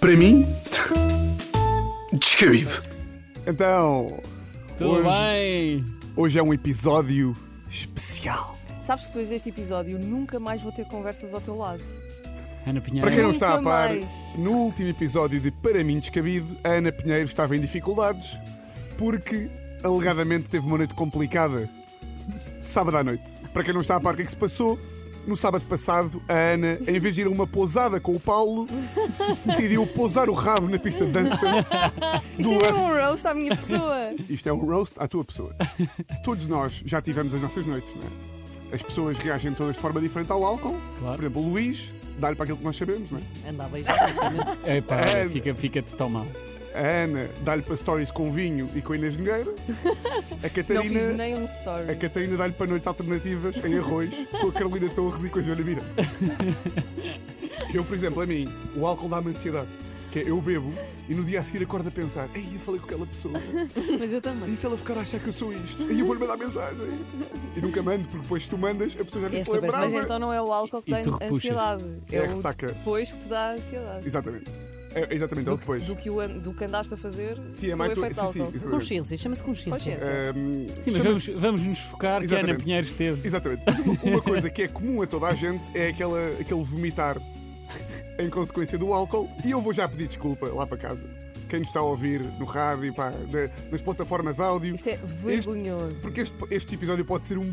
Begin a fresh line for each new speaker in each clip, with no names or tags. para mim, descabido.
Então,
Tudo bem?
hoje é um episódio especial.
Sabes que depois deste episódio nunca mais vou ter conversas ao teu lado.
Ana Pinheiro.
Para quem não
Nunca
está a par,
mais.
no último episódio de Para mim Descabido, a Ana Pinheiro estava em dificuldades porque alegadamente teve uma noite complicada. de Sábado à noite. Para quem não está a par, o que é que se passou? No sábado passado, a Ana, em vez de ir a uma pousada com o Paulo, decidiu pousar o rabo na pista de dança do
Isto é
lance.
um roast à minha pessoa.
Isto é um roast à tua pessoa. Todos nós já tivemos as nossas noites, não é? As pessoas reagem todas de forma diferente ao álcool.
Claro.
Por exemplo, o Luís dá-lhe para aquilo que nós sabemos, não é?
Andava exatamente.
Epá, olha,
Ana.
fica- fica-te tão mal.
A Ana dá-lhe para stories com vinho e com a Inês Nogueira. A
Não fiz
Catarina,
nem um story.
a Catarina dá-lhe para noites alternativas em arroz com a Carolina Torres e com a Joana Mira. Eu, por exemplo, a mim, o álcool dá-me ansiedade. Que é, eu bebo e no dia a seguir acordo a pensar Ei, eu falei com aquela pessoa
Mas eu também.
E se ela ficar a achar que eu sou isto? Aí eu vou-lhe mandar mensagem. E nunca mando, porque depois se tu mandas, a pessoa já nem
É
se
super-
lembrava.
Mas então não é o álcool que
E
dá
tu repuxas.
ansiedade.
É
É,
a
o
ressaca.
depois que te dá ansiedade.
Exatamente. É, exatamente, é o
então- Do,
depois.
que- do que, o an- do que andaste a fazer,
Sim, é
só
mais
o
o-
efeito
sim, sim,
álcool.
exatamente.
Consciência, chama-se consciência.
Consciência.
Ahm,
Sim, mas vamos,
chama-se-
vamos nos focar que a Ana
Exatamente.
Pinheiro esteve.
Exatamente. Mas uma- Uma coisa que é comum a toda a gente é aquela, aquele vomitar em consequência do álcool. E eu vou já pedir desculpa lá para casa. Quem nos está a ouvir no rádio, pá, na- nas plataformas áudio.
Isto é vergonhoso.
Porque este, este episódio pode ser um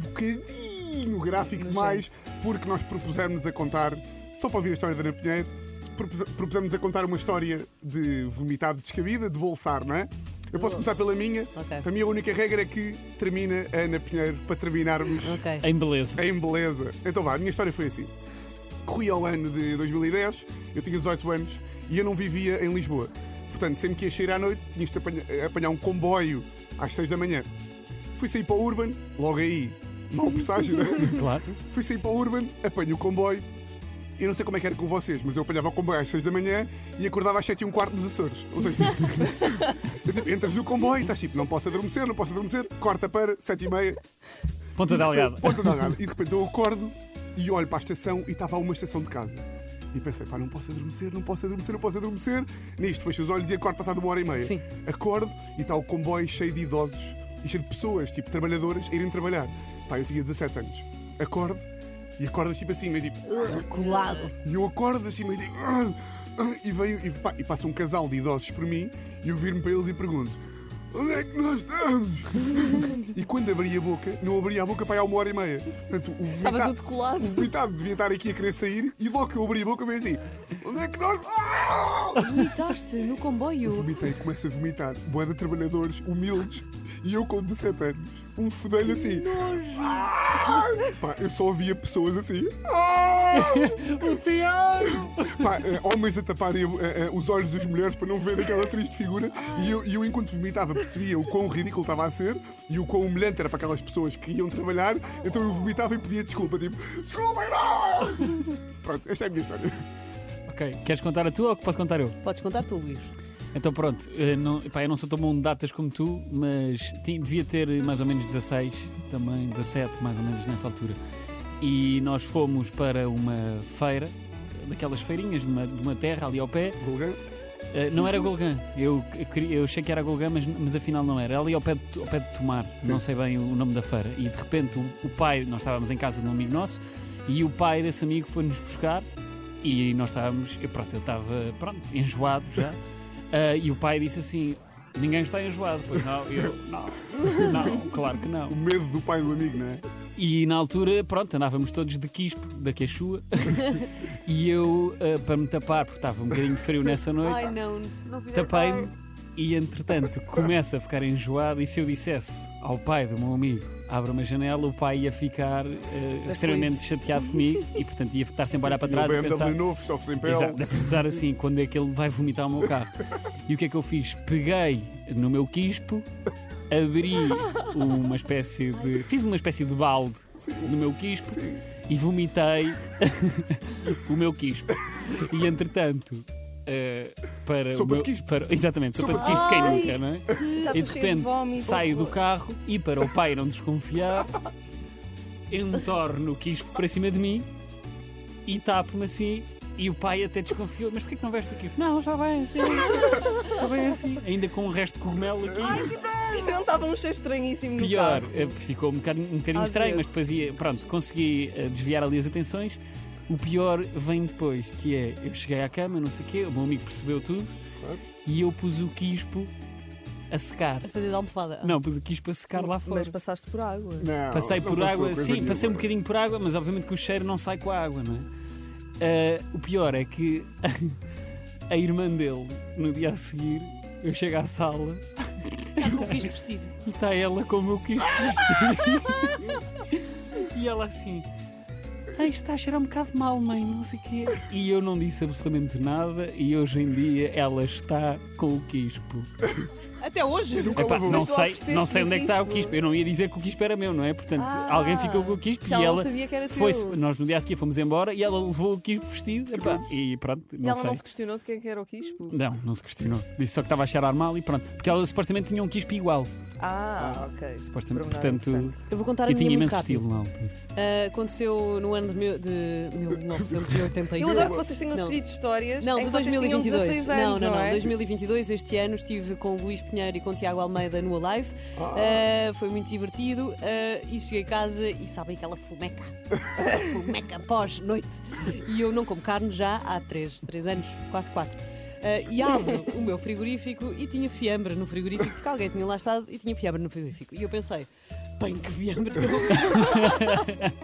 bocadinho gráfico demais, porque nós propusemos a contar, só para ouvir a história da Ana Pinheiro, propus- propusemos a contar uma história de vomitado descabida, de bolsar, não é? Eu posso começar pela minha.
Oh. Ok.
A minha única regra é que termina a Ana Pinheiro para terminarmos
Ok.
Em beleza.
em beleza. Então vá, a minha história foi assim. Corri ao ano de 2010, eu tinha 18 anos e eu não vivia em Lisboa. Portanto, sempre que ia sair à noite, tinhas de apanha- apanhar, um comboio às 6 da manhã. Fui sair para o Urban, logo aí, mau presságio, não é?
Claro.
Fui sair para o Urban, apanho o comboio. Eu não sei como é que era com vocês, mas eu apanhava o comboio às 6 da manhã e acordava às 7 e um quarto nos Açores. Ou seja, eu, tipo, entras no comboio e estás tipo, não posso adormecer, não posso adormecer, corta para 7 e meia,
Ponta da algada.
Ponta da Algada. E de repente eu acordo e olho para a estação e estava a uma estação de casa. E pensei, pá, não posso adormecer, não posso adormecer, não posso adormecer. Nisto, fecho os olhos e acordo passado uma hora e meia.
Sim.
Acordo e está o comboio cheio de idosos e cheio de pessoas, tipo, trabalhadoras, a irem trabalhar. Pá, eu tinha 17 anos. Acordo e acordas tipo assim, meio tipo...
Colado.
E eu acordo assim, meio tipo... "Ah, ah", E, veio, e, pá, e passa um casal de idosos por mim e eu viro-me para eles e pergunto... Onde é que nós estamos? e quando abri a boca, não abri a boca para aí há uma hora e meia. Portanto, o vomitado,
Estava tudo colado.
o vomitado devia estar aqui a querer sair e logo que eu abri a boca veio assim... Onde é que nós... Ah!"
Vomitaste no comboio.
Vomitei, começo a vomitar. Boa de trabalhadores, humildes, e eu com 17 anos, um fedelho assim. Ah! Pá, eu só ouvia pessoas assim. Ah!
O Tiago!
Pá, eh, homens a taparem eh, eh, os olhos das mulheres para não ver aquela triste figura. E eu, e eu, enquanto vomitava, percebia o quão ridículo estava a ser e o quão humilhante era para aquelas pessoas que iam trabalhar. Então eu vomitava e pedia desculpa, tipo, desculpa, não! Pronto, esta é a minha história.
Ok, queres contar a tua ou que posso contar eu?
Podes contar tu, Luís.
Então pronto, eh, não, pá, eu não sou tão bom de datas como tu, mas ti- devia ter eh, mais ou menos 16, também 17, mais ou menos nessa altura. E nós fomos para uma feira, daquelas feirinhas de uma, de uma terra ali ao pé.
Vulgar?
Eh, não era Golgã, eu, eu queria- eu achei que era Golgã, mas, mas afinal não era. Era Ali ao pé de, ao pé de Tomar, não sei bem o, o nome da feira. E de repente o, o pai, nós estávamos em casa de um amigo nosso, e o pai desse amigo foi-nos buscar, e nós estávamos, eu, pronto, eu estava pronto, enjoado já. Ah, e o pai disse assim: Ninguém está enjoado. Pois não, eu, não, não, claro que não.
O medo do pai do amigo, não é?
E na altura, pronto, andávamos todos de quispo, da queixua. e eu, ah, para me tapar, porque estava um bocadinho de frio nessa noite,
Ai, não. não fizeram-
tapei-me e entretanto começa a ficar enjoado e se eu dissesse ao pai do meu amigo abre uma janela, o pai ia ficar eh, extremamente chateado comigo e portanto ia estar sempre a olhar para
E o
trás e
BMW
pensar,
novo, estava sem pele.
Exato, a pensar assim, quando é que ele vai vomitar o meu carro e o que é que eu fiz? Peguei no meu quispo abri uma espécie de fiz uma espécie de balde no meu quispo e vomitei o meu quispo e entretanto eh, para o
Sopa de
meu-
quispo.
para- exatamente, sopa,
Sopa
de quispo, quem
Ai!
nunca, não é?
Já
E
estou
de
cheio de
repente
vómito.
saio do carro e para o pai não desconfiar, entorno o quispo para cima de mim e tapo-me assim E o pai até desconfiou, mas porquê que não veste aqui? Não, está bem assim, está bem assim. Ainda com o resto de cogumelo aqui.
Não estava um cheiro estranhíssimo no
Pior,
carro.
eh, ficou um bocadinho, um bocadinho
Às
estranho, mas
vezes.
depois ia, pronto, consegui eh, desviar ali as atenções. O pior vem depois, que é, eu cheguei à cama, não sei o quê, o meu amigo percebeu tudo
Claro.
e eu pus o quispo a secar.
A fazer de almofada.
Não, pus o quispo a secar lá fora.
Mas passaste por água.
Não,
Passei
não
por
passou Ah,
água,
coisa é?
sim,
nenhuma.
passei um bocadinho por água, mas obviamente que o cheiro não sai com a água, não é? Ah, o pior é que a irmã dele, no dia a seguir, eu chego à sala
Está com o quis vestido.
e está ela como eu quis vestir. e ela assim. Ah, isto está a cheirar um bocado mal, mãe, não sei o quê. E eu não disse absolutamente nada e hoje em dia ela está com o quispo.
Até hoje.
Eu nunca
Epá,
levou.
não
Mas tu
sei,
ofereceste
não sei
um
onde é que está o
quispo.
quispo. Eu não ia dizer que o quispo era meu, não é? Portanto,
Ah,
alguém ficou com o quispo
Já
e
não
ela
sabia que era teu.
foi
e
nós no dia a seguir fomos embora e ela levou o quispo vestido epá, e pronto, não
ela
sei.
não se questionou de quem é que era o quispo.
Não, não se questionou. Disse só que estava a cheirar mal e pronto. Porque ela supostamente tinha um quispo igual.
Ah, ok.
Supostamente,
Pormenor
portanto,
importante.
Eu vou contar a
eu
minha
tinha
é muito
imenso
rápido.
estilo na altura.
Ah, aconteceu no ano de, mil, de 1981.
Eu adoro que vocês tenham
Não.
escrito histórias.
Não,
em
de
é que vocês
2022.
Tinham 16 anos,
não, não,
é?
2022, este ano estive com o Luís Pinheiro e com o Tiago Almeida no Alive. Ah, foi muito divertido. Ah, e cheguei a casa e sabem aquela fumeca. fumeca pós-noite. E eu não como carne já há 3, três anos, quase 4. e abro o meu frigorífico e tinha fiambre no frigorífico, porque alguém tinha lá estado e tinha fiambre no frigorífico. E eu pensei, bem que fiambre que eu vou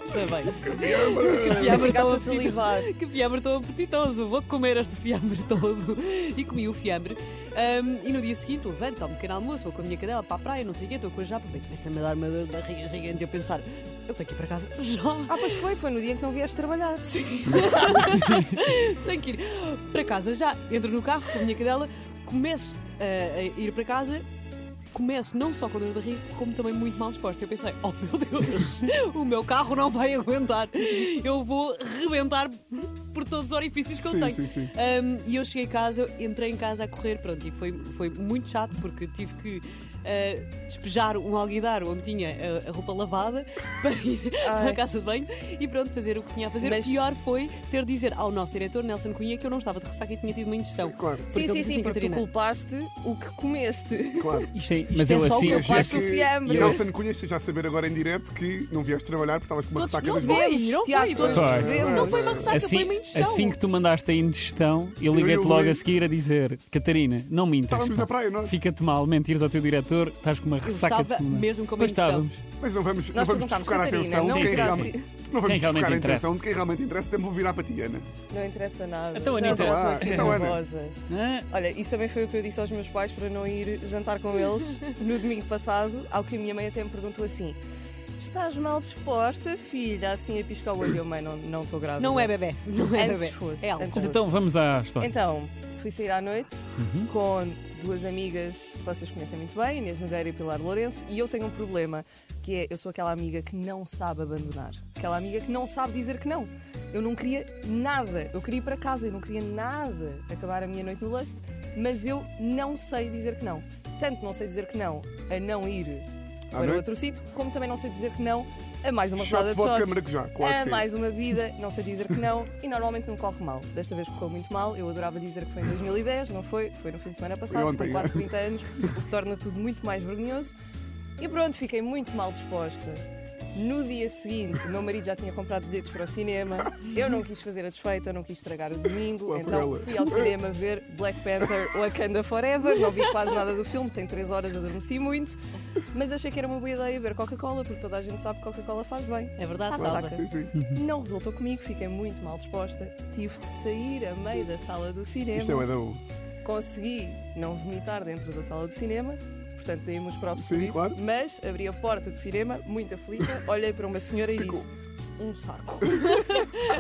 Está bem. Que
Já
fiambre tão
ficaste assim, a
apetitoso.
salivar.
Que fiambre tão apetitoso, vou comer este fiambre todo. E comi o fiambre. Ahm, e no dia seguinte levanto, tomo um pequeno almoço, vou com a minha cadela para a praia, não sei o quê, estou com a japa, bem, começa-me a dar uma dor de barriga gigante. Eu pensar, eu tenho que ir para casa já.
Ah, pois foi, foi no dia em que não vieste trabalhar.
Sim. Tenho que ir para casa já. Entro no carro com a minha cadela, começo eh, a ir para casa. Começo não só com dor de barriga, como também muito mal disposta. Eu pensei, oh meu Deus, o meu carro não vai aguentar. Eu vou rebentar por todos os orifícios que eu
Sim,
tenho.
sim, sim.
Um, e eu cheguei a casa, eu entrei em casa a correr, pronto, e foi, foi muito chato porque tive que uh, despejar um alguidar onde tinha uh, a, roupa lavada para ir
Ai.
à casa de banho e pronto, fazer o que tinha a fazer.
Mas-
O pior foi ter de dizer ao nosso diretor Nelson Cunha que eu não estava de ressaca e tinha tido uma ingestão.
Claro,
Porque
Sim,
ele
sim,
disse
sim,
assim,
porque tu
Catarina,
culpaste o que comeste.
claro.
Sim, mas
é
eu
só o
assim.
que eu
eu-
faço.
eu-
o fiambre.
eu-
Nelson Cunha, esteja a saber agora em direto que não vieste trabalhar porque estavas com uma
Todos
ressaca
não
das
vê.
boas.
Foi, não
Tiago,
foi,
todos
foi.
percebemos.
Não foi uma ressaca, foi
Assim,
uma ingestão.
assim que tu mandaste a indigestão, eu
Eu-
liguei-te
eu-
logo a seguir a dizer: Catarina, não mintas.
Estávamos
pá.
na praia, nós.
Fica-te mal, mentires ao teu diretor, estás com uma ressaca
estava
descomunal.
mesmo com uma
Pois
ingestão.
estávamos.
Mas não vamos, não
Nós
vamos
perguntámos,
desfocar a
Catarina,
atenção
não assim?
de quem
interessa.
realmente. Não vamos
Quem realmente
desfocar a
interessa.
atenção de quem realmente interessa, temos de virar para ti, Ana.
Não interessa nada.
Então,
Já
Anitta.
estou
Vá lá,
aqui
então, Ana.
nervosa.
Ah,
Olha, isso também foi o que eu disse aos meus pais para não ir jantar com eles no domingo passado, ao que a minha mãe até me perguntou assim: Estás mal disposta, filha? Assim a piscar o olho, Eu, mãe, não não estou grávida.
Não é bebê. Não é
Antes
bebê.
fosse,
É algo.
antes
mas então vamos à história.
Então, fui sair à noite
Uhum.
com duas amigas que vocês conhecem muito bem, Inês Nogueira e Pilar Lourenço, e eu tenho um problema, que é eu sou aquela amiga que não sabe abandonar, aquela amiga que não sabe dizer que não. Eu não queria nada, eu queria ir para casa, eu não queria nada acabar a minha noite no Lust, mas eu não sei dizer que não. Tanto não sei dizer que não a não ir
À
para
noite?
outro sítio, como também não sei dizer que não a mais uma
Shot
rodada
de
de shots
vodka maracujá, claro que
a
sim.
mais uma bebida, não sei dizer que não, e normalmente não corre mal. Desta vez correu muito mal, eu adorava dizer que foi em 2010, não foi, foi no fim de semana passado,
ontem.
tenho quase 30 anos, o que torna tudo muito mais vergonhoso. E pronto, fiquei muito mal disposta. No dia seguinte, o meu marido já tinha comprado bilhetes para o cinema, eu não quis fazer a desfeita, não quis estragar o domingo,
Lá foi
então
ela.
fui ao cinema ver Black Panther Wakanda Forever, não vi quase nada do filme, tem 3 horas, adormeci muito, mas achei que era uma boa ideia ver Coca-Cola, porque toda a gente sabe que Coca-Cola faz bem.
É verdade,
Ah,
salva.
saca.
Sim, sim.
Não resultou comigo, fiquei muito mal disposta. Tive de sair a meio da sala do
Isto é o
cinema.
Edão.
Consegui não vomitar dentro da sala do cinema. Portanto, dei-me os próprios
Sim,
por isso.
claro.
Mas abri a porta do cinema, muito aflita, olhei para uma senhora e
Ficou.
disse: Um saco.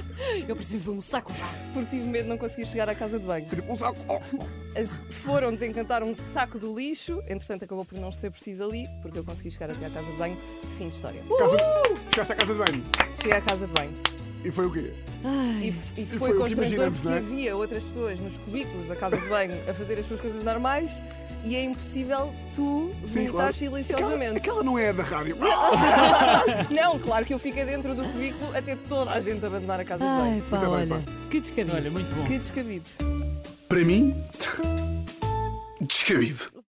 Eu preciso de um saco já.
Porque tive medo de não conseguir chegar à casa de banho.
Foi tipo um saco. Oh,
As- foram desencantar um saco do lixo, entretanto, acabou por não ser preciso ali, porque eu consegui chegar até à casa de banho. Fim de história.
casa
Uh!
de... Chegaste à casa de banho.
Cheguei à casa de banho.
E foi o quê?
E, f- e
foi
foi
o que
constrangedor
imaginamos,
porque
não é?
havia outras pessoas nos cubículos da casa de banho a fazer as suas coisas normais e é impossível tu
Sim,
vomitar
claro. Aquela,
silenciosamente.
aquela não é a da rádio.
Não, claro que eu fiquei dentro do cubículo até toda a gente abandonar a casa de banho.
Ai, pá,
Muito bem,
olha.
pá.
Que descabido.
Olha, muito bom.
Que descabido.
Para mim, descabido.